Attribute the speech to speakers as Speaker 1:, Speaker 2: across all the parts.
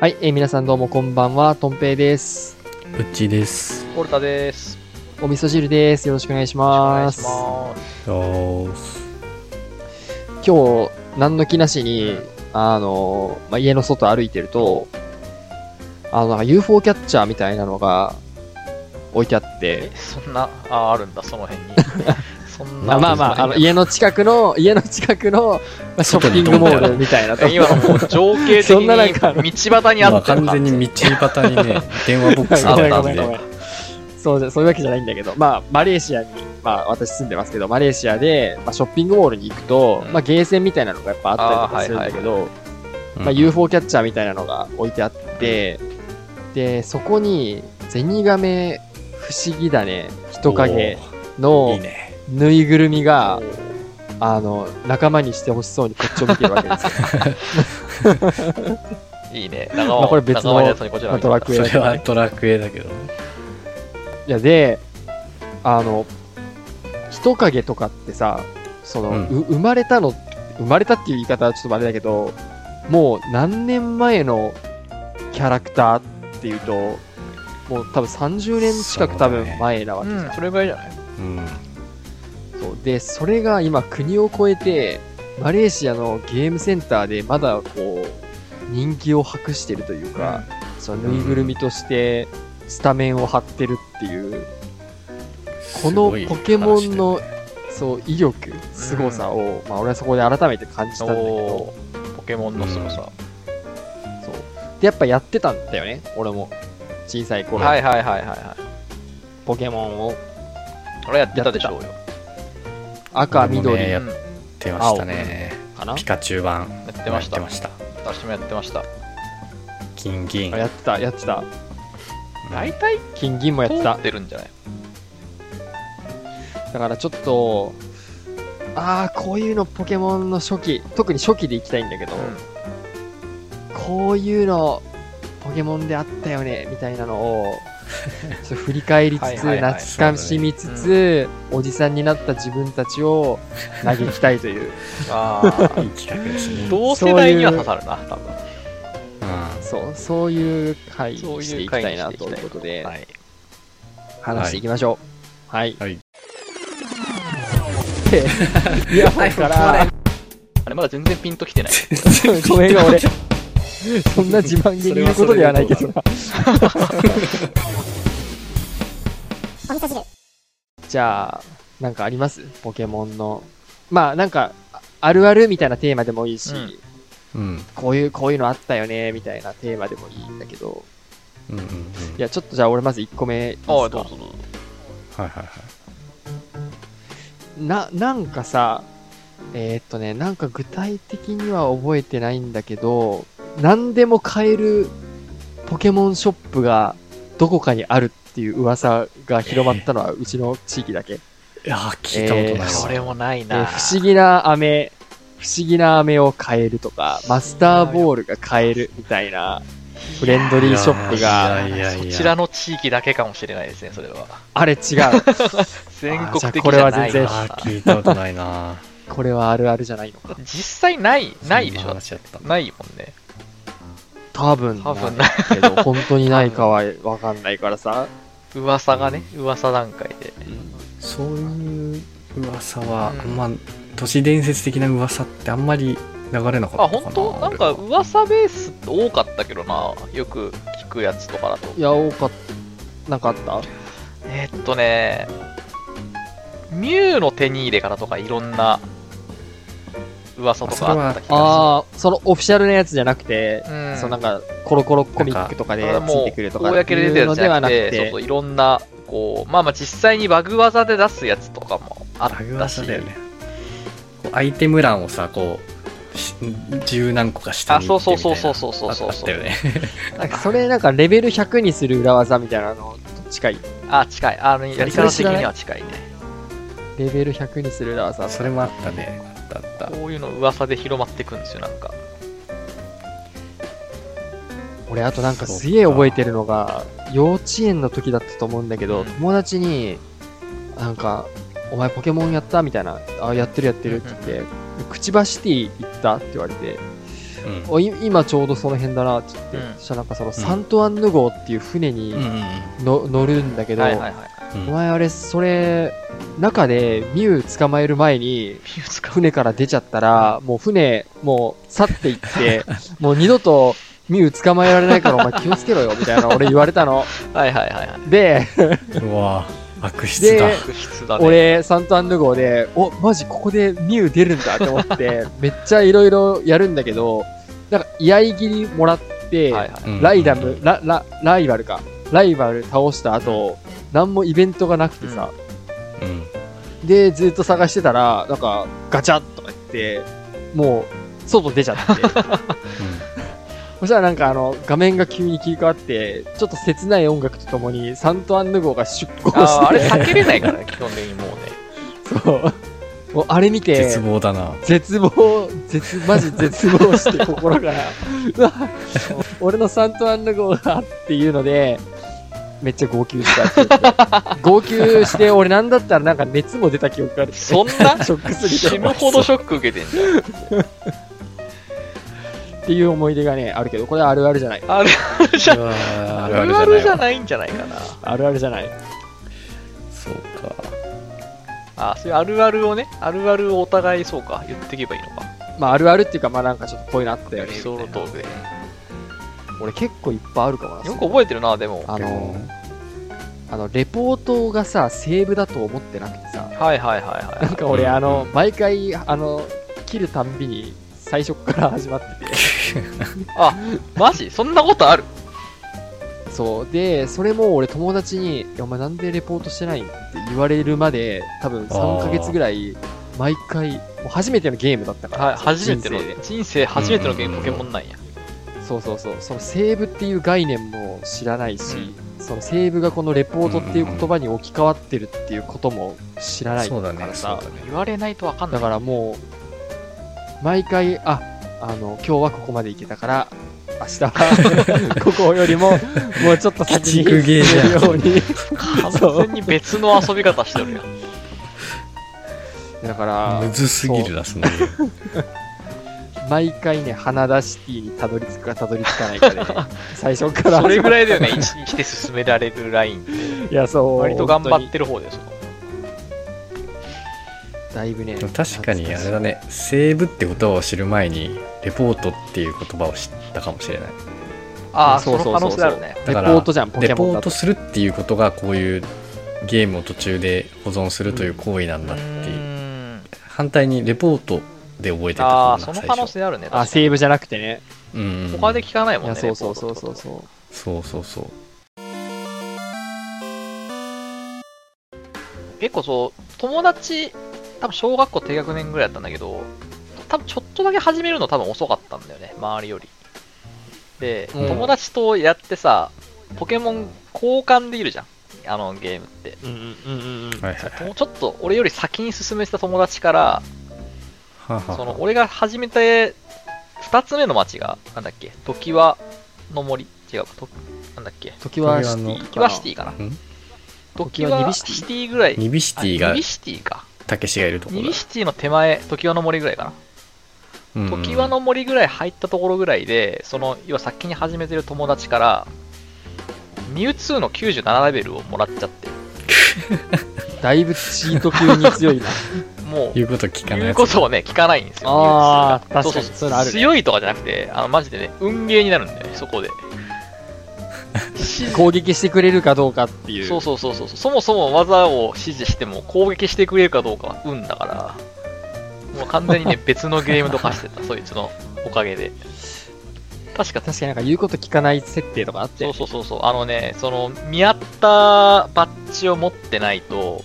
Speaker 1: はい、えー皆さんどうもこんばんは、とんぺいです。
Speaker 2: うっちーです。
Speaker 3: ポルタです。
Speaker 1: お味噌汁です。よろしくお願いします。
Speaker 3: お願いし
Speaker 2: よーす。
Speaker 1: 今日、何の気なしに、あのー、まあ、家の外歩いてると、あの、なんか UFO キャッチャーみたいなのが置いてあっ
Speaker 3: え
Speaker 1: て、、
Speaker 3: そんな、あ、あるんだ、そ の辺に。そん
Speaker 1: ま
Speaker 3: な。
Speaker 1: あまあまあ、あの、家の近くの、家の近くの、まあショッピングモールみたいなとこ
Speaker 3: 今のもう情景的
Speaker 1: そん
Speaker 3: に
Speaker 1: ななんかあの
Speaker 3: 道端にあ
Speaker 2: 今
Speaker 3: った
Speaker 2: 完全に道端に ね、電話ボックスがあったん
Speaker 1: ごめんごめんごめ
Speaker 2: で、
Speaker 1: んそうじゃ、そういうわけじゃないんだけど、まあ、マレーシアに、まあ、私住んでますけど、マレーシアで、まあ、ショッピングモールに行くと、
Speaker 3: うん
Speaker 1: まあ、ゲーセンみたいなのがやっぱあったりとかするんだけど、まあ、UFO キャッチャーみたいなのが置いてあって、で、そこに、ゼニガメ不思議だね、人影
Speaker 2: お
Speaker 1: の
Speaker 2: ーいいね。
Speaker 1: ぬいぐるみが
Speaker 3: お、ー
Speaker 1: あの、仲間にしてほしそうにこっちを見てるわけですよ。
Speaker 3: いいね。長尾、
Speaker 1: まあこれ別の
Speaker 3: 長尾のやつにこちら
Speaker 1: まあドラク
Speaker 2: そ
Speaker 1: エ
Speaker 2: れはドラクエだけどね。
Speaker 1: いやであの人影とかってさその、
Speaker 2: うん
Speaker 1: う生まれたの生まれたっていう言い方はちょっとあれだけどもう何年前のキャラクターっていうともう多分30年近く多
Speaker 2: そう
Speaker 1: 分
Speaker 2: だね
Speaker 1: 前なわ
Speaker 3: う
Speaker 1: けじゃん
Speaker 3: ん、それぐらいじゃない
Speaker 2: うん。
Speaker 1: そうでそれが今国を越えてマレーシアのゲームセンターでまだこう人気を博してるというか、そのぬいぐるみとしてスタメンを張ってるっていうこのポケモンのそう威力すごさを、まあ、俺はそこで改めて感じたんだけ
Speaker 3: お
Speaker 1: ど
Speaker 3: ーポケモンの凄さ。
Speaker 1: そうでやっぱやってたんだよね俺も小さい頃、
Speaker 3: はいはいはいはいはい。
Speaker 1: ポケモンを
Speaker 3: これやってたでしょうよ。
Speaker 1: 赤
Speaker 2: 俺もね
Speaker 1: 緑
Speaker 2: やっ
Speaker 3: うん
Speaker 2: 出ましたね。
Speaker 1: かな、
Speaker 2: ピカチュウ版。
Speaker 3: やってました
Speaker 2: やってました。
Speaker 3: 私もやってました。
Speaker 2: 金銀。
Speaker 1: あやってたやってた
Speaker 3: 大体、
Speaker 1: 金銀もやっ
Speaker 3: 通
Speaker 1: てた
Speaker 3: ってるんじ ゃない
Speaker 1: だからちょっとああこういうのポケモンの初期特に初期で行きたいんだけど、こういうのポケモンであったよねみたいなの をちょっと振り返りつつ
Speaker 3: はいはいはい
Speaker 1: 懐かしみつつ、おじさんになった自分たち を嘆きたいという
Speaker 3: ああ
Speaker 2: い。い企画ですね。
Speaker 3: 同世代には刺さるな、多分。
Speaker 2: うん
Speaker 1: そうそういう回に
Speaker 3: そう
Speaker 1: して
Speaker 3: い
Speaker 1: いうきた
Speaker 3: 回
Speaker 1: い
Speaker 3: にし
Speaker 1: な
Speaker 3: ていき
Speaker 1: と
Speaker 3: たい
Speaker 1: いうことで、
Speaker 3: はい。
Speaker 1: 話していきましょうはい、
Speaker 2: はい
Speaker 1: でイヤホンから
Speaker 3: あれ、まだ全然ピンときてない。
Speaker 1: ごめんが俺そんな自慢げに言うことではないけどな
Speaker 4: お味噌汁
Speaker 1: じゃあ、なんかありますポケモンの。まあ、なんか、ああるあるみたいなテーマでもいいし、
Speaker 3: うん
Speaker 2: うん。
Speaker 1: こういう、こういうのあったよね、みたいなテーマでもいいんだけど。
Speaker 2: うんうんうん。
Speaker 1: いや、ちょっとじゃあ俺まず1個目いいですか
Speaker 3: ああ、どうぞどうぞ。
Speaker 2: はいはいはい。
Speaker 1: な、なんかさ、えーっとね、なんか具体的には覚えてないんだけど、何でも買えるポケモンショップがどこかにあるっていう噂が広まったのはうちの地域だけ。
Speaker 2: いやー、聞いたこと
Speaker 1: えー
Speaker 2: ない
Speaker 3: そ
Speaker 2: わ。
Speaker 3: れもない
Speaker 1: えー
Speaker 3: な。
Speaker 1: 不思議な飴、不思議な飴を買えるとか、マスターボールが買えるみたいなフレンドリーショップが、
Speaker 2: いやいやいや
Speaker 3: そちらの地域だけかもしれないですね、それは。
Speaker 1: あ れ違う。
Speaker 3: 全国的じゃない
Speaker 1: あーじゃあこれは全然
Speaker 3: な
Speaker 2: あー聞いたことないな。
Speaker 1: これはあるあるじゃないのか。
Speaker 3: 実際ない、ないでし
Speaker 2: そん
Speaker 3: ょ
Speaker 2: 話だった。
Speaker 3: ないもんね。
Speaker 1: 多分、
Speaker 3: 多分ない。
Speaker 1: けど、本当にないかはわかんないからさ。
Speaker 3: 噂がね、噂段階で。
Speaker 2: そういう噂は、あんま都市伝説的な噂ってあんまり流れなか
Speaker 3: あ、
Speaker 2: ったかな
Speaker 3: 本当なんか噂ベース多かったけどな。よく聞くやつとかだと。
Speaker 1: いや、多かっなんかあった
Speaker 3: えーっとね、ミュウの手に入れからとかいろんな噂とかあった気が
Speaker 1: ああ、そのオフィシャルなやつじゃなくて
Speaker 3: す、る。うん
Speaker 1: そのなんか、コロコロコミックとかで
Speaker 3: あ
Speaker 1: ついてくるとか
Speaker 3: もう公に出て
Speaker 1: いう
Speaker 3: るや
Speaker 1: の
Speaker 3: つ
Speaker 1: で
Speaker 3: じ
Speaker 1: は
Speaker 3: ゃな
Speaker 1: な
Speaker 3: く
Speaker 1: く
Speaker 3: てそう
Speaker 1: て
Speaker 3: そう、いろんな、こう、まあまあ実際にバグ技で出すやつとかもあっ
Speaker 2: ラグ
Speaker 3: たし
Speaker 2: 噂、だよねこうアイテム欄をさこうし十何個か下に行ってみたいな
Speaker 3: あそうそうそうそうそうそう
Speaker 2: ああったよね
Speaker 1: なんかそれなんかレベル100にする裏技みたいなのと近い。
Speaker 3: あ、近い。あの、やり方的には近いね。
Speaker 1: レベル100にする裏技
Speaker 2: あそれもあったねあったあった
Speaker 3: こういうの噂で広まってくんですよ、なんか。
Speaker 1: 俺あとなんか
Speaker 2: そうか
Speaker 1: すげえ覚えてるのが幼稚園の時だったと思うんだけど、
Speaker 3: うん
Speaker 1: 友達になんか「お前ポケモンやった?」みたいな「あやってるやってる」って言って「くちばシティ行った?」って言われて
Speaker 2: うん
Speaker 1: おい今ちょうどその辺だなって言って、
Speaker 3: うん
Speaker 1: そしたらなんかそのサントアンヌ号っていう船に
Speaker 2: うんうんうん
Speaker 1: の、乗るんだけど、
Speaker 3: はいはいはい。
Speaker 2: うん
Speaker 1: お前あれ、それ、中でミュウ捕まえる前に、
Speaker 3: ミューズか。
Speaker 1: 船から出ちゃったら、もう船、もう去っていっ て、もう二度とミュウ捕まえられないからお前気をつけろよ、みたいな俺言われたの。
Speaker 3: はいはいはいはい。
Speaker 1: で、
Speaker 2: うわぁ悪質だ
Speaker 1: で
Speaker 3: 悪質だね。
Speaker 1: 俺、サントアンヌ号で、お、マジここでミュウ出るんだって思って、めっちゃいろいろやるんだけど、なんか、居合切りもらって、
Speaker 3: はいは
Speaker 2: う
Speaker 3: い。
Speaker 2: ん
Speaker 1: ライダム、ラ、ラ、ライバルか。ライバル倒した後、何もイベントがなくてさ、
Speaker 2: うん
Speaker 1: で、ずっと探してたら、なんか、ガチャッとか言って、もう、外出ちゃ って。そしたらなんかあの、画面が急に切り替わって、ちょっと切ない音楽とともに、サントアンヌ号が出航して、
Speaker 3: あーあれ避けれないからね、基本的にもうね。
Speaker 1: そう。もうあれ見て、
Speaker 2: 絶望だな
Speaker 1: 絶望、絶、マジ絶望して心から、うわ 俺のサントアンヌ号がっていうので、めっちゃ号泣したって言って。号泣して、俺なんだったらなんか熱も出た記憶がある。
Speaker 3: そんな
Speaker 1: ショックすぎ
Speaker 3: 死
Speaker 1: て。
Speaker 3: ぬほどショック受けてんじゃん。
Speaker 1: っていう思い出がね、あるけど、これはあるあるじゃない。
Speaker 3: あるあるじゃ
Speaker 2: うわぁ
Speaker 3: あ
Speaker 2: あ
Speaker 3: る
Speaker 2: る
Speaker 3: あ
Speaker 2: あ
Speaker 3: る
Speaker 2: る
Speaker 3: じ
Speaker 2: じ
Speaker 3: ゃ
Speaker 2: ゃないわ
Speaker 3: ないんじゃないかな。
Speaker 1: あるあるじゃない。
Speaker 2: そうか
Speaker 3: あーそういうあるあるをね、あるあるをお互いそうか、言っていけばいいのか。
Speaker 1: まあ、あるあるっていうか、まあなんかちょっとこういうのあったよ
Speaker 3: エ
Speaker 1: ね
Speaker 3: ピ。ソードトークで。
Speaker 1: 俺結構いっぱいあるかもな。
Speaker 3: よく覚えてるな、でも。
Speaker 1: あの、あの、レポートがさ、セーブだと思ってなくてさ、
Speaker 3: はいはいはい
Speaker 1: なん
Speaker 3: は
Speaker 1: か俺、
Speaker 2: うん
Speaker 1: あの、毎回、あの、切るたんびに、最初から始まってて、
Speaker 3: い。マジそんなことある
Speaker 1: そう。で、それも俺友達に、いやお前なんでレポートしてないんって言われるまで、多分3ヶ月ぐらい、毎回、もう初めてのゲームだったから、
Speaker 3: はい、初めての
Speaker 1: 人生で、
Speaker 3: 人生初めてのゲームポケモンなんや。
Speaker 1: そうそうそう、そのセーブっていう概念も知らないし、そのセーブがこのレポートっていう言葉に置き換わってるっていうことも知らない
Speaker 2: そうだ
Speaker 1: か
Speaker 2: ね
Speaker 1: ら
Speaker 2: そう
Speaker 1: さ
Speaker 2: だ、ね
Speaker 3: 言われないとわかん
Speaker 1: だ
Speaker 3: ない。
Speaker 1: からもう、毎回、あ、あの、今日はここまで行けたから、明日 はここよりも、もうちょっと先に
Speaker 2: 鬼畜ゲーじゃん
Speaker 1: ように。
Speaker 3: 完全に別の遊び方して るやん。
Speaker 1: だから、
Speaker 2: むずすぎるなその理由
Speaker 1: 毎回ね、花田シティにたどり着くかたどり着かない かで、最初から始まる。
Speaker 3: それぐ
Speaker 1: い
Speaker 3: らいだよね、1にして進められるラインって。
Speaker 1: いや、そう。
Speaker 3: 割と頑張
Speaker 1: 本
Speaker 3: ってる方ですよ。
Speaker 1: 当に。だいぶね。
Speaker 2: 確かにあれだ
Speaker 1: ね。
Speaker 2: ねセーブって言葉を知る前にレポートっていう言葉を知ったかもしれない
Speaker 3: ああ、
Speaker 1: そ
Speaker 3: そうの
Speaker 1: そうそう
Speaker 3: 可能性あるね。
Speaker 2: だ
Speaker 1: レポ
Speaker 2: から
Speaker 1: ートじゃん、ポケ
Speaker 2: レ
Speaker 1: モン
Speaker 2: ポ
Speaker 1: だ
Speaker 2: ー
Speaker 1: と
Speaker 2: ト。するっていうことがこういうゲームを途中で保存するという行為なんだっていう、
Speaker 3: うん
Speaker 2: 反対にレポートで覚えてた
Speaker 3: あ
Speaker 2: かも
Speaker 3: あ、そ
Speaker 2: な
Speaker 3: の
Speaker 2: 最
Speaker 3: 可能
Speaker 2: 初
Speaker 3: 性あるね。
Speaker 1: あ、
Speaker 3: 確かに
Speaker 1: セーブじゃなくてね。
Speaker 2: うんうん
Speaker 3: 他で聞かない
Speaker 1: い
Speaker 3: もん
Speaker 1: や、
Speaker 3: ね。
Speaker 1: そうそうそうそう
Speaker 3: レポートとか
Speaker 1: そう。
Speaker 2: そうそうそう
Speaker 3: 結構そう、友達、多分小学校低学年ぐらいだったんだけど、多分ちょっとだけ始めるの多分遅かったんだよね、周りより。で、
Speaker 1: うん
Speaker 3: 友達とやってさ、ポケモン交換できるじゃん、あのゲームって。
Speaker 1: うんうんうんうん。
Speaker 2: はいはいはい
Speaker 3: もうちょっと俺より先に進めてた友達から、
Speaker 2: はあはあ
Speaker 3: その俺が始めて2つ目の町が、なんだっけ、時はの森違うか、となんだっけ、
Speaker 1: 時はシ
Speaker 2: 時
Speaker 1: テ
Speaker 2: はあの
Speaker 1: ィ。
Speaker 3: 時はシティかな。
Speaker 2: ん
Speaker 3: 時
Speaker 1: 常盤
Speaker 3: は
Speaker 1: シティ
Speaker 3: シティぐらい。
Speaker 2: ニビシティが
Speaker 3: あニビシティか。
Speaker 2: たけしがいるとこ
Speaker 3: ニ
Speaker 2: ろ
Speaker 3: ビシティの手前、時はの森ぐらいかな。
Speaker 2: だ
Speaker 3: 常盤の森ぐらい入ったところぐらいで、その、要は先に始めてる友達から、ミュウツーの97レベルをもらっちゃって、
Speaker 1: だいぶチート級に強 いな。
Speaker 3: もう、
Speaker 2: 言うこと聞かない
Speaker 3: 言う
Speaker 2: やつ
Speaker 3: ことをね、聞かないんですよ。
Speaker 1: あー
Speaker 3: ミュウツ
Speaker 1: 確
Speaker 3: ーが
Speaker 1: かにそういうのあるね
Speaker 3: 強いとかじゃなくて、あの、マジでね、運ゲーになるんだよね、そ こで。
Speaker 1: 攻撃してくれるかどうかっていう。
Speaker 3: そうそうそうそう。そもそも技を指示しても攻撃してくれるかどうかは運だから、もう完全にね、別のゲームとかして た、そいつのおかげで。確か
Speaker 1: 確かになんか言うこと聞かない設定とかあって。
Speaker 3: そうそうそうそう、あのね、その見合ったバッジを持ってないと、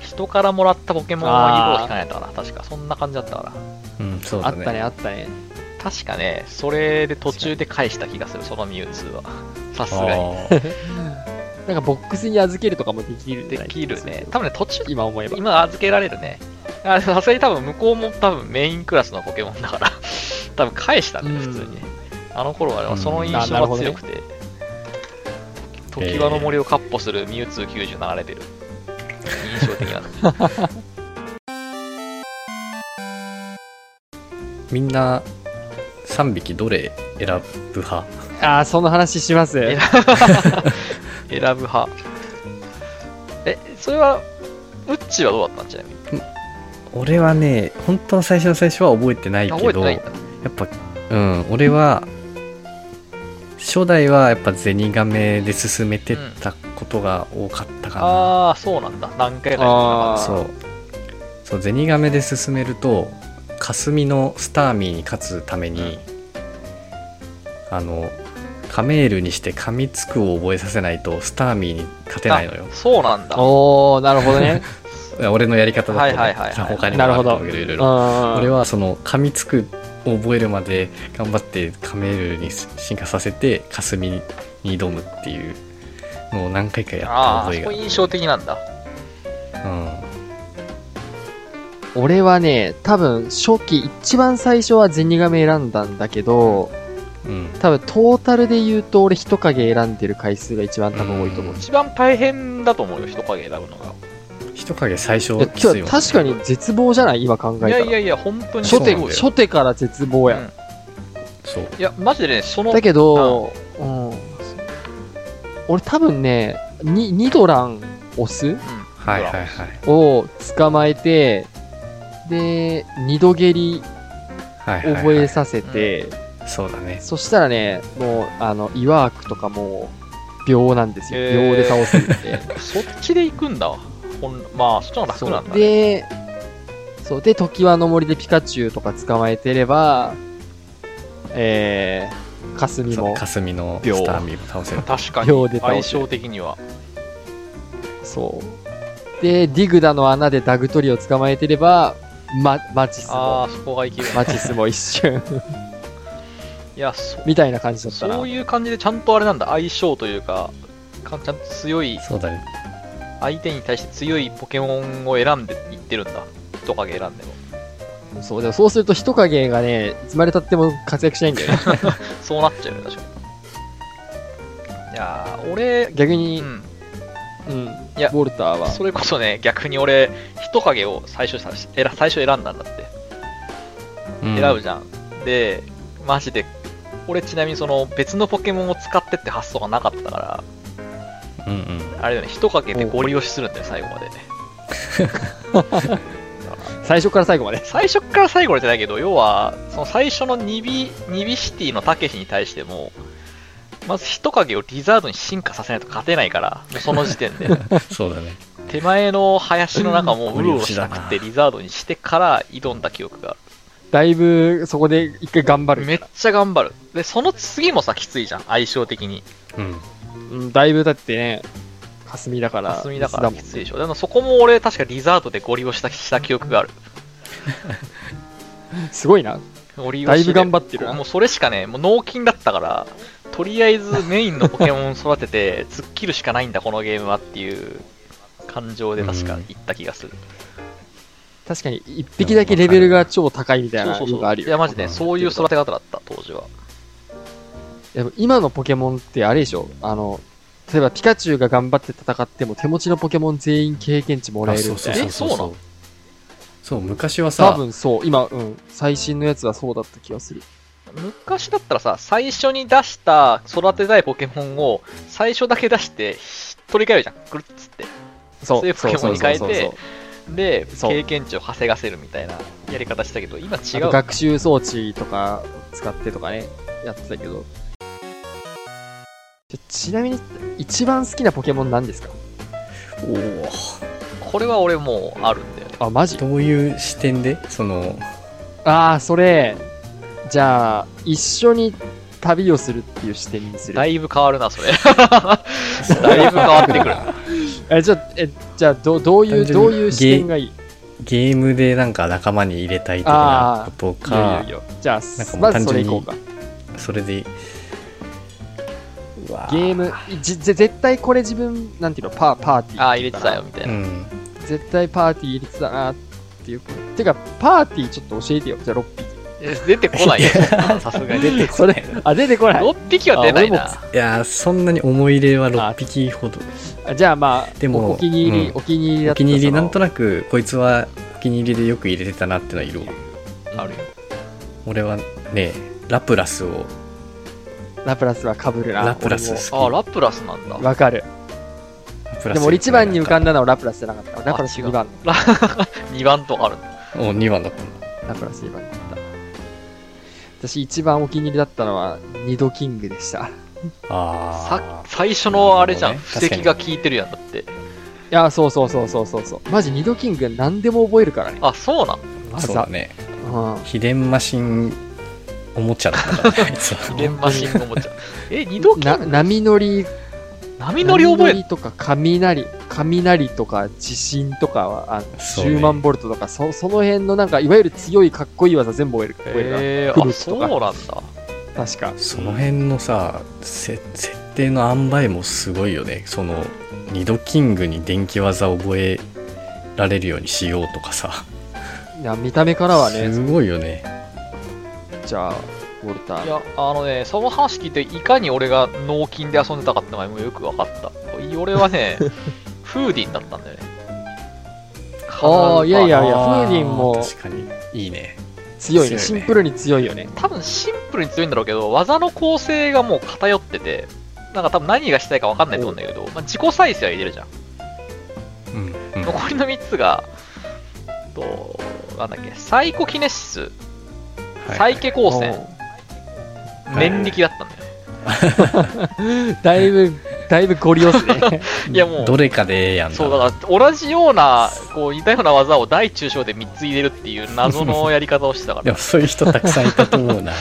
Speaker 3: 人からもらったポケモンは色を引かないんだから、確か、そんな感じだったから。
Speaker 2: うんそう
Speaker 1: あ
Speaker 2: だ
Speaker 1: っ
Speaker 2: ね
Speaker 1: たね、あったね。
Speaker 3: 確かね、それで途中で返した気がする、そのミュウツーは。さすがに。
Speaker 2: あー
Speaker 1: なんかボックスに預けるとかもできるんじ
Speaker 3: で
Speaker 1: ゃない
Speaker 3: きるね。多分ね、途中、
Speaker 1: 今思えば。
Speaker 3: 今預けられるね。あさすがに多分向こうも多分メインクラスのポケモンだから、 多分返したんだよ、
Speaker 1: うん
Speaker 3: 普通に。あの頃はねその印
Speaker 1: あな
Speaker 3: 象
Speaker 1: るほ
Speaker 3: が
Speaker 1: どね
Speaker 3: 強くて。時盤の森をカッ歩するミュウツー97レベル。印象的なの。
Speaker 2: みんな3匹どれ選ぶ派
Speaker 1: ああ、その話します。
Speaker 3: 選選ぶ派。え、それは、ウッチはどうだったんちなみに。
Speaker 2: 俺はね本当の最初の最初は覚えてない
Speaker 3: あ
Speaker 2: け
Speaker 3: 覚えて
Speaker 2: ど
Speaker 3: な
Speaker 2: や
Speaker 3: いんだ。
Speaker 2: っぱうん俺は初代はやっぱゼニガメで進めてたことが多かったかな、
Speaker 3: ああ、そうなんだ。何回か
Speaker 1: ああ、
Speaker 2: そうそうゼニガメで進めると霞のスターミーに勝つために、あのカメールにして噛みつくを覚えさせないとスターミーに勝てないのよ
Speaker 3: あそうなんだ。
Speaker 1: おー、なるほど ね。
Speaker 2: 俺のやり方だと、ね
Speaker 3: はいはいはいはい
Speaker 2: 他にもあると思うけどいろいろ俺
Speaker 1: 俺
Speaker 2: はその噛みつくを覚えるまで頑張ってカメールに進化させて霞に挑むっていうのを何回かやった
Speaker 3: ああ、
Speaker 2: 覚えが
Speaker 3: そこ印象的なんだ。
Speaker 1: 俺はね、多分、初期、一番最初はゼニガメ選んだんだけど、
Speaker 2: うんうん
Speaker 1: 多分、トータルで言うと、俺、人影選んでる回数が一番多分多いと思う。
Speaker 3: 一番大変だと思うよ、人影選ぶのが。
Speaker 2: 人影最初
Speaker 1: いや
Speaker 2: きついよね
Speaker 1: 確かに絶望じゃない今考えた
Speaker 3: い
Speaker 1: ら。
Speaker 3: やいやいや、本当に
Speaker 1: 初
Speaker 3: そう
Speaker 1: 手、
Speaker 3: 思うよ。
Speaker 1: 初手から絶望やん。
Speaker 2: そう
Speaker 3: いや、マジでね、その、
Speaker 1: だけど、うん。俺多分ね、に、ニドラン、オス
Speaker 3: うん
Speaker 2: はいはいはい
Speaker 1: を捕まえて、で、二度蹴り
Speaker 2: はいはいはい
Speaker 1: 覚えさせて、
Speaker 2: そうだね
Speaker 1: そしたらね、もう、あの、イワークとかも、秒なんですよ。
Speaker 3: へー
Speaker 1: 秒で倒せるって。
Speaker 3: そっちで行くんだ。ほん まあ、そっちの方が楽なんだ、
Speaker 1: そう
Speaker 3: ね。
Speaker 1: で、そう、で、時はの森でピカチュウとか捕まえてれば、えー、霞
Speaker 2: そう
Speaker 1: も、
Speaker 2: 霞の
Speaker 1: 秒
Speaker 2: スターミーも倒せる
Speaker 3: 確か
Speaker 1: 秒で
Speaker 3: に、
Speaker 1: 倒せる
Speaker 3: 相性的には。
Speaker 1: そう。で、ディグダの穴でダグトリを捕まえてれば、ママチス
Speaker 3: あ
Speaker 1: も、
Speaker 3: あ、そこがいける。
Speaker 1: マチスも一瞬、
Speaker 3: いや、そ
Speaker 1: みたいな感じだったな。
Speaker 3: そういう感じで、ちゃんとあれなんだ、相性というか、かちゃんと強い、
Speaker 2: そうだね
Speaker 3: 相手に対して強いポケモンを選んでいってるんだ。人影選んでも。
Speaker 1: そう、でもそうすると人影がね、いつまで経っても活躍しないんだよね。
Speaker 3: そうなっちゃうよね、確かに。いやー、俺、
Speaker 1: 逆に、
Speaker 3: うん、
Speaker 1: うん、
Speaker 3: いや
Speaker 1: ウォルターは。
Speaker 3: それこそね、逆に俺、人影を最初さし選最初選んだんだって。
Speaker 2: うん
Speaker 3: 選ぶじゃん。で、マジで、俺ちなみにその別のポケモンを使ってって発想がなかったから、
Speaker 2: うんうん
Speaker 3: あれだよね、人影でゴリ押しするんだよ、最後まで。
Speaker 1: 最初から最後まで。
Speaker 3: 最初っから最後までじゃないけど、要は、その最初のニビ、ニビシティのたけしに対しても、まず人影をリザードに進化させないと勝てないから、その時 点で。
Speaker 2: そうだね
Speaker 3: 手前の林の中もうろうろしたくて
Speaker 2: うん
Speaker 3: リザードにしてから挑んだ記憶が
Speaker 1: だいぶ、そこで一回頑張
Speaker 3: ある。
Speaker 1: る。
Speaker 3: めっちゃ頑張る。で、その次もさ、きついじゃん、相性的に。
Speaker 2: うん
Speaker 1: うん、だいぶだってね、霞だから。
Speaker 3: 霞だか
Speaker 1: オ
Speaker 3: ら
Speaker 1: ス
Speaker 3: きついでしょ。でもそこも俺確かリザードでゴリ押したした記憶がある。
Speaker 1: もんすごいな。
Speaker 3: ゴリ
Speaker 1: だ
Speaker 3: 押
Speaker 1: い
Speaker 3: しで
Speaker 1: ぶ頑張ってる
Speaker 3: も
Speaker 1: な
Speaker 3: う。それしかね、もう脳筋だったから、とりあえずメインのポケモンを育てて、 突っ切るしかないんだ、このゲームはっていう感情で確か言った気がする。
Speaker 1: 確かに、一匹だけレベルが超高いみたいな
Speaker 3: そう
Speaker 1: の
Speaker 3: そう
Speaker 1: が
Speaker 3: そ
Speaker 1: あ
Speaker 3: う。
Speaker 1: るよ
Speaker 3: い
Speaker 1: ね。
Speaker 3: や、マジで、そういう育て方だった、当時は。
Speaker 1: でも今のポケモンってあれでしょあの、例えばピカチュウが頑張って戦っても手持ちのポケモン全員経験値もらえるみたいな。
Speaker 3: えそうなの
Speaker 2: そう昔は
Speaker 1: 多
Speaker 2: さ
Speaker 1: 分そう、今、うん、最新のやつはそうだった気がする。
Speaker 3: 昔だったらさ、最初に出した育てたいポケモンを最初だけ出して取り替えるじゃん。くるっつって。
Speaker 1: そう、
Speaker 3: そういうポケモンに変えて
Speaker 1: そうそうそう
Speaker 3: で、
Speaker 1: そう
Speaker 3: 経験値を稼がせるみたいなやり方したけど、今
Speaker 1: そうあ
Speaker 3: 違
Speaker 1: と
Speaker 3: う。
Speaker 1: 学習装置とか使ってとかね、やってたけど。ちちなみに、一番好きなポケモンなんですか
Speaker 2: おお
Speaker 3: これは俺もうあるんだよね。
Speaker 1: あ、マジ
Speaker 2: どういう視点でその
Speaker 1: ああ、それ、じゃあ、一緒に旅をするっていう視点にする
Speaker 3: だ。いぶ変わるな、それ。だいぶ変わってくる。
Speaker 1: え、じゃあ、え、じゃあ、ど、どういう、
Speaker 2: 単純
Speaker 1: ど
Speaker 2: に
Speaker 1: ういう視点がいい
Speaker 2: ゲームでなんか仲間に入れたいとかこと
Speaker 1: いやいや
Speaker 2: か
Speaker 1: いやじゃあ
Speaker 2: なんか、も
Speaker 1: ま
Speaker 2: う
Speaker 1: ず
Speaker 2: 単
Speaker 1: それ
Speaker 2: 純
Speaker 1: い
Speaker 2: に
Speaker 1: こうか。
Speaker 2: それで
Speaker 1: ゲーム、じ、ぜ絶対これ自分、なんていうの、パー、パーティー。
Speaker 3: ああ、入れてたよ、。みたいうな。
Speaker 2: ん
Speaker 1: 絶対パーティー入れてたなっていう。てか、パーティーちょっと教えてよ。じゃあ、6匹。
Speaker 3: え出てこないよ、さすがに。出て
Speaker 1: それ、あ、出てこない。
Speaker 3: 6匹は出ないな。
Speaker 2: いやーそんなに思い入れは6匹ほど
Speaker 1: あじゃあ、まあ、
Speaker 2: でも
Speaker 1: お気に入り、
Speaker 2: うん
Speaker 1: お気に入りだ
Speaker 2: お
Speaker 1: った
Speaker 2: 気に入りなんと
Speaker 1: な
Speaker 2: なくこいつはお気に入りでよく入れてたなってのはいるわ
Speaker 3: あるよ。
Speaker 2: 俺はねラプラスを
Speaker 1: ラプラスは被るな。
Speaker 2: ラプラス
Speaker 1: 俺
Speaker 3: あ
Speaker 2: 好
Speaker 3: あ、
Speaker 2: き
Speaker 3: ラプラスなんだ
Speaker 1: も。わかる。
Speaker 2: ラプラス
Speaker 1: でも俺一番に浮かん
Speaker 2: だ
Speaker 1: だのはラプラスじゃなかった。ラプラス
Speaker 3: 違う
Speaker 1: 2番。
Speaker 3: 2番とかあるんだ。
Speaker 2: お2番だったんだ
Speaker 1: ラプラス2番だった。私一番お気に入りだったのは二度キングでした。い
Speaker 2: あ
Speaker 3: さ最初のあれじゃん、
Speaker 2: なるほど
Speaker 3: 布
Speaker 2: ね
Speaker 3: 石が効いてるやんだって。
Speaker 1: や、そうそうそうそうそうそう。マジ二度キング何でも覚えるからね。
Speaker 3: あ、そうな
Speaker 2: あ
Speaker 3: ん
Speaker 1: 技
Speaker 2: そうだね
Speaker 1: うん。
Speaker 2: 秘伝マシンおもちゃだったからねそう
Speaker 3: 秘伝マシンのおもちゃ。え、二度キ
Speaker 1: な
Speaker 3: ング
Speaker 1: 波乗り、
Speaker 3: 波乗り覚え
Speaker 1: 波乗
Speaker 3: る
Speaker 1: りとか雷、雷とか地震とかは、あの
Speaker 2: そうね
Speaker 1: 10万ボルトとかそ、その辺のなんか、いわゆる強いかっこいい技全部覚える。覚えるな
Speaker 3: え
Speaker 1: フ
Speaker 3: ー、
Speaker 1: ルー
Speaker 3: あ、
Speaker 1: ツと
Speaker 3: そう
Speaker 1: か
Speaker 3: なんだ。
Speaker 1: 確か。
Speaker 2: その辺のさせ設定の塩梅もすごいよねその二度キングに電気技を覚えられるようにしようとかさ
Speaker 1: いや見た目からはね、
Speaker 2: すごいよね
Speaker 1: じゃあ、ウォルタ
Speaker 3: い
Speaker 1: ー。
Speaker 3: や、あのね、その話聞いて、いかに俺が脳筋で遊んでたかってのがもうよく分かった。俺は ね、フーディンだったんだよね。
Speaker 1: あーいやいやいや
Speaker 2: あ
Speaker 1: フ
Speaker 2: ー
Speaker 1: ーディンも
Speaker 2: 確かにいいね
Speaker 1: 強いね。
Speaker 2: 強いね
Speaker 1: シンプルに強いよね。
Speaker 3: 多分シンプルに強いんだろうけど、技の構成がもう偏ってて、なんか多分何がしたいか分かんないと思うんだけど、まあ、自己再生は入れるじゃん。
Speaker 2: うん、うん
Speaker 3: 残りの3つが、と、なんだっけ、サイコキネシス、サイケ光線、
Speaker 2: い
Speaker 3: 念力だったんだよね。
Speaker 1: うんだいぶ、だいぶゴリ押すね。
Speaker 3: いやもう
Speaker 2: どれかでええやんな
Speaker 3: そうだから同じようなこう似たような技を大中小で3つ入れるっていう謎のやり方をしてたか
Speaker 2: で
Speaker 3: ら
Speaker 2: もそういう人たくさんいた と思うな、
Speaker 1: い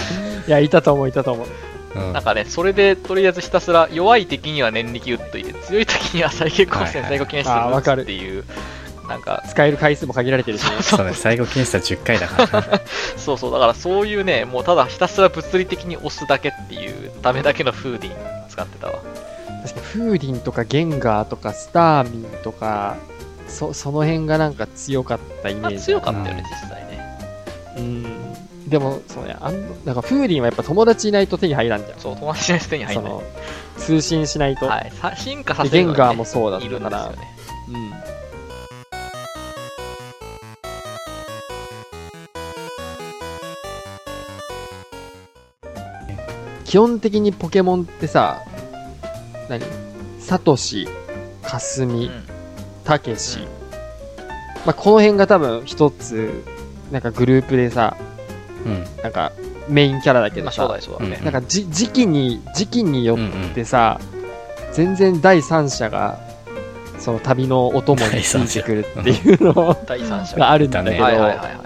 Speaker 1: や、いたと思う、いたと思う。
Speaker 2: うん
Speaker 3: なんかねそれでとりあえずひたすら弱い敵には念力打っといて強い敵には最強光線
Speaker 2: はいはい
Speaker 3: 最強検
Speaker 1: あーわ
Speaker 3: 出
Speaker 1: か
Speaker 3: 打つ
Speaker 1: る
Speaker 3: っていうなんか
Speaker 1: 使える回数も限られてるしね。
Speaker 2: そうね最後検査10回だから な
Speaker 3: そうそうだからそういうねもうただひたすら物理的に押すだけっていうためだけのフーディン使ってたわ
Speaker 1: 確かにフーディンとかゲンガーとかスターミンとか、そその辺がなんか強かったイメ
Speaker 3: ま
Speaker 1: ー
Speaker 3: あ
Speaker 1: ジ。
Speaker 3: 強かったよね実際ね
Speaker 1: うん。でも、そうね、あんなんかフーディンはやっぱ友達いないと手に入らんじゃん。
Speaker 3: そう友達の手に入
Speaker 1: そ
Speaker 3: んない
Speaker 1: の、通信しないと。
Speaker 3: はいさ進化さ
Speaker 1: で
Speaker 3: せ
Speaker 1: ゲ
Speaker 3: るの
Speaker 1: ン
Speaker 3: に、
Speaker 1: ガー
Speaker 3: ね
Speaker 1: も、そうだっ
Speaker 3: いる
Speaker 1: たか
Speaker 3: んです
Speaker 1: ら
Speaker 3: よ。ね
Speaker 1: うん。基本的にポケモンってさ、何サトシ、カスミ、たけし
Speaker 3: うん、
Speaker 1: まあ、この辺が多分一つ、なんかグループでさ、
Speaker 2: うん
Speaker 1: なんかメインキャラだ
Speaker 3: う
Speaker 1: け
Speaker 3: ん、
Speaker 1: ど
Speaker 3: まあ
Speaker 1: さ、
Speaker 3: そうだねそうだね、
Speaker 2: うん
Speaker 1: なんかじ時期に、時期によ
Speaker 2: うんう
Speaker 1: っ
Speaker 2: ん
Speaker 1: てさ、全然第三者が、その旅のお供についてくるっていう の
Speaker 3: 第三者
Speaker 1: があるんだけ
Speaker 2: だ
Speaker 1: ど、
Speaker 2: ね
Speaker 3: はいはいはいはい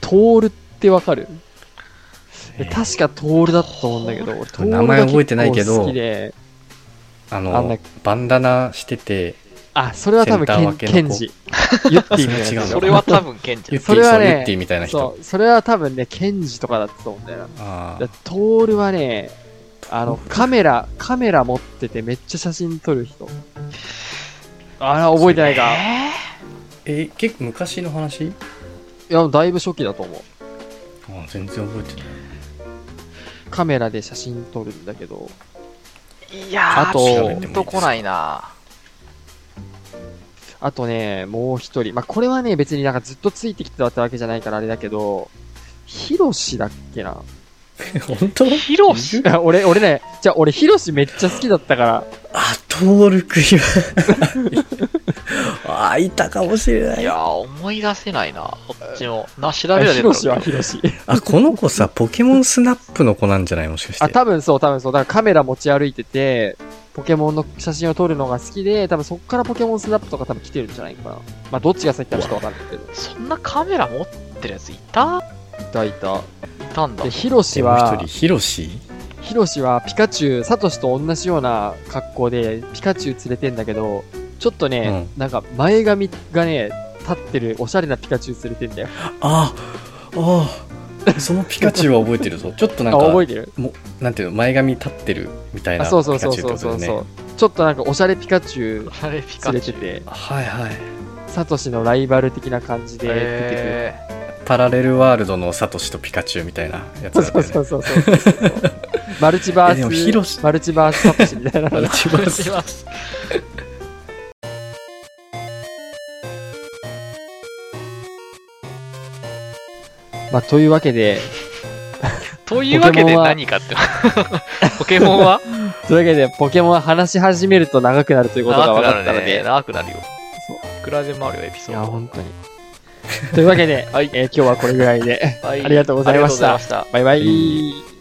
Speaker 1: トールってわかる
Speaker 2: えー
Speaker 1: 確かトールだったと思うんだけど、俺トールが
Speaker 2: 名前覚えてないけ
Speaker 1: 結
Speaker 2: ど
Speaker 1: 構好きで、
Speaker 2: あ
Speaker 1: あんな
Speaker 2: のバンダナしてて
Speaker 1: あ、それは多分
Speaker 2: センター分
Speaker 1: ケ
Speaker 2: け
Speaker 1: ン
Speaker 2: の
Speaker 1: ケンジ。ユッティのやつ
Speaker 2: それは違うんだ
Speaker 3: それは多分ケンちゃ
Speaker 2: ユ
Speaker 3: ん
Speaker 2: ッ。テ
Speaker 1: そ
Speaker 2: ィ
Speaker 1: れは
Speaker 2: そう
Speaker 1: ね
Speaker 2: ユッティみたいな人
Speaker 1: そう、それは多分ね、ケンジとかだったと思うんだよな。
Speaker 2: あ
Speaker 1: だトールはね、あの、カメラ、カメラ持っててめっちゃ写真撮る人。あら、覚えてないか。
Speaker 2: えー結構昔の話
Speaker 1: いや、だいぶ初期だと思う。
Speaker 2: あ全然覚えてない
Speaker 1: カメラで写真撮るんだけど、
Speaker 3: いやー、
Speaker 1: あ
Speaker 3: あ
Speaker 1: と
Speaker 3: と、ピンとこないな。
Speaker 1: あとね、もう一人。まあ、これはね、別になんかずっとついてきてたってわけじゃないからあれだけど、ヒロシだっけな。
Speaker 2: 本当
Speaker 3: ヒロシ
Speaker 1: いや 俺、俺ね、じゃあ俺ヒロシめっちゃ好きだったから、
Speaker 2: あ、トールクイは。 あ、いたかもしれないい。
Speaker 3: やー、思い出せないな。こっちも。な、調べられ
Speaker 1: ヒ
Speaker 3: て
Speaker 1: ロシ
Speaker 3: る
Speaker 1: はヒロシ。
Speaker 2: あ、この子さ、ポケモンスナップの子なんじゃないもしかして。
Speaker 1: あ、多分そう、多分そう。だからカメラ持ち歩いてて、ポケモンの写真を撮るのが好きで、多分そっからポケモンスナップとか多分来てるんじゃないかな。まあ、どっちが先かちょっとわかんないけど。い
Speaker 3: そんなカメラ持ってるやついた
Speaker 1: たいた。
Speaker 3: いたんだ
Speaker 1: で、。ヒロシ
Speaker 2: もう一
Speaker 1: は
Speaker 2: 人、、ヒロシ
Speaker 1: ヒロシはピカチュウ、サトシと同じような格好で、ピカチュウ連れてんだけど、ちょっとね、なんか前髪がね、立ってるおしゃれなピカチュウ連れてんだよ。
Speaker 2: あ、あ、そのピカチュウは覚えてるぞ。ちょっとなん
Speaker 1: あ、覚え
Speaker 2: か、
Speaker 1: てる
Speaker 2: なんていうの、前髪立ってるみたい
Speaker 1: あ、
Speaker 2: なピ
Speaker 1: そ
Speaker 2: カ
Speaker 1: う
Speaker 2: チ
Speaker 1: そ
Speaker 2: ュウ
Speaker 1: う
Speaker 2: っ
Speaker 1: そう
Speaker 2: て
Speaker 1: そ
Speaker 2: こ
Speaker 1: うそ
Speaker 2: と
Speaker 1: う
Speaker 2: です
Speaker 1: そう、
Speaker 2: ね。
Speaker 1: ちょっとなんかおしゃれピカチュウ
Speaker 3: あれ、ピカ
Speaker 1: 連れ
Speaker 3: チ
Speaker 1: て
Speaker 3: ュウ。
Speaker 1: て、
Speaker 2: はいはい。
Speaker 1: サトシのライバル的な感じで出てくる。
Speaker 3: え
Speaker 2: パラレルワールドのサトシとピカチュウみたいなやつだった
Speaker 1: そう
Speaker 2: よね
Speaker 1: そうそう そうそうそう。マルチバー
Speaker 2: えでも
Speaker 1: ス、
Speaker 2: ヒロシ
Speaker 1: マルチバースサトシみたいな。
Speaker 2: マルチバース
Speaker 3: ー。マルチバース
Speaker 1: まあ、というわけで、
Speaker 3: というわけで 何かって。ポケモンは
Speaker 1: というわけで、ポケモンは話し始めると長くなるということが
Speaker 3: 長く
Speaker 1: 分
Speaker 3: な
Speaker 1: かっ
Speaker 3: る
Speaker 1: たの
Speaker 3: ね。
Speaker 1: で。
Speaker 3: 長くなるよ。
Speaker 1: そう
Speaker 3: いくらでもあるよ、エピ
Speaker 1: い
Speaker 3: ソ
Speaker 1: や、
Speaker 3: ー
Speaker 1: 本当に。というわけで、
Speaker 3: はい
Speaker 1: えー今日はこれぐらいで。
Speaker 3: ド。はい
Speaker 1: ありがとうございました
Speaker 3: ありがとうございました。
Speaker 1: バイバイ。
Speaker 2: はい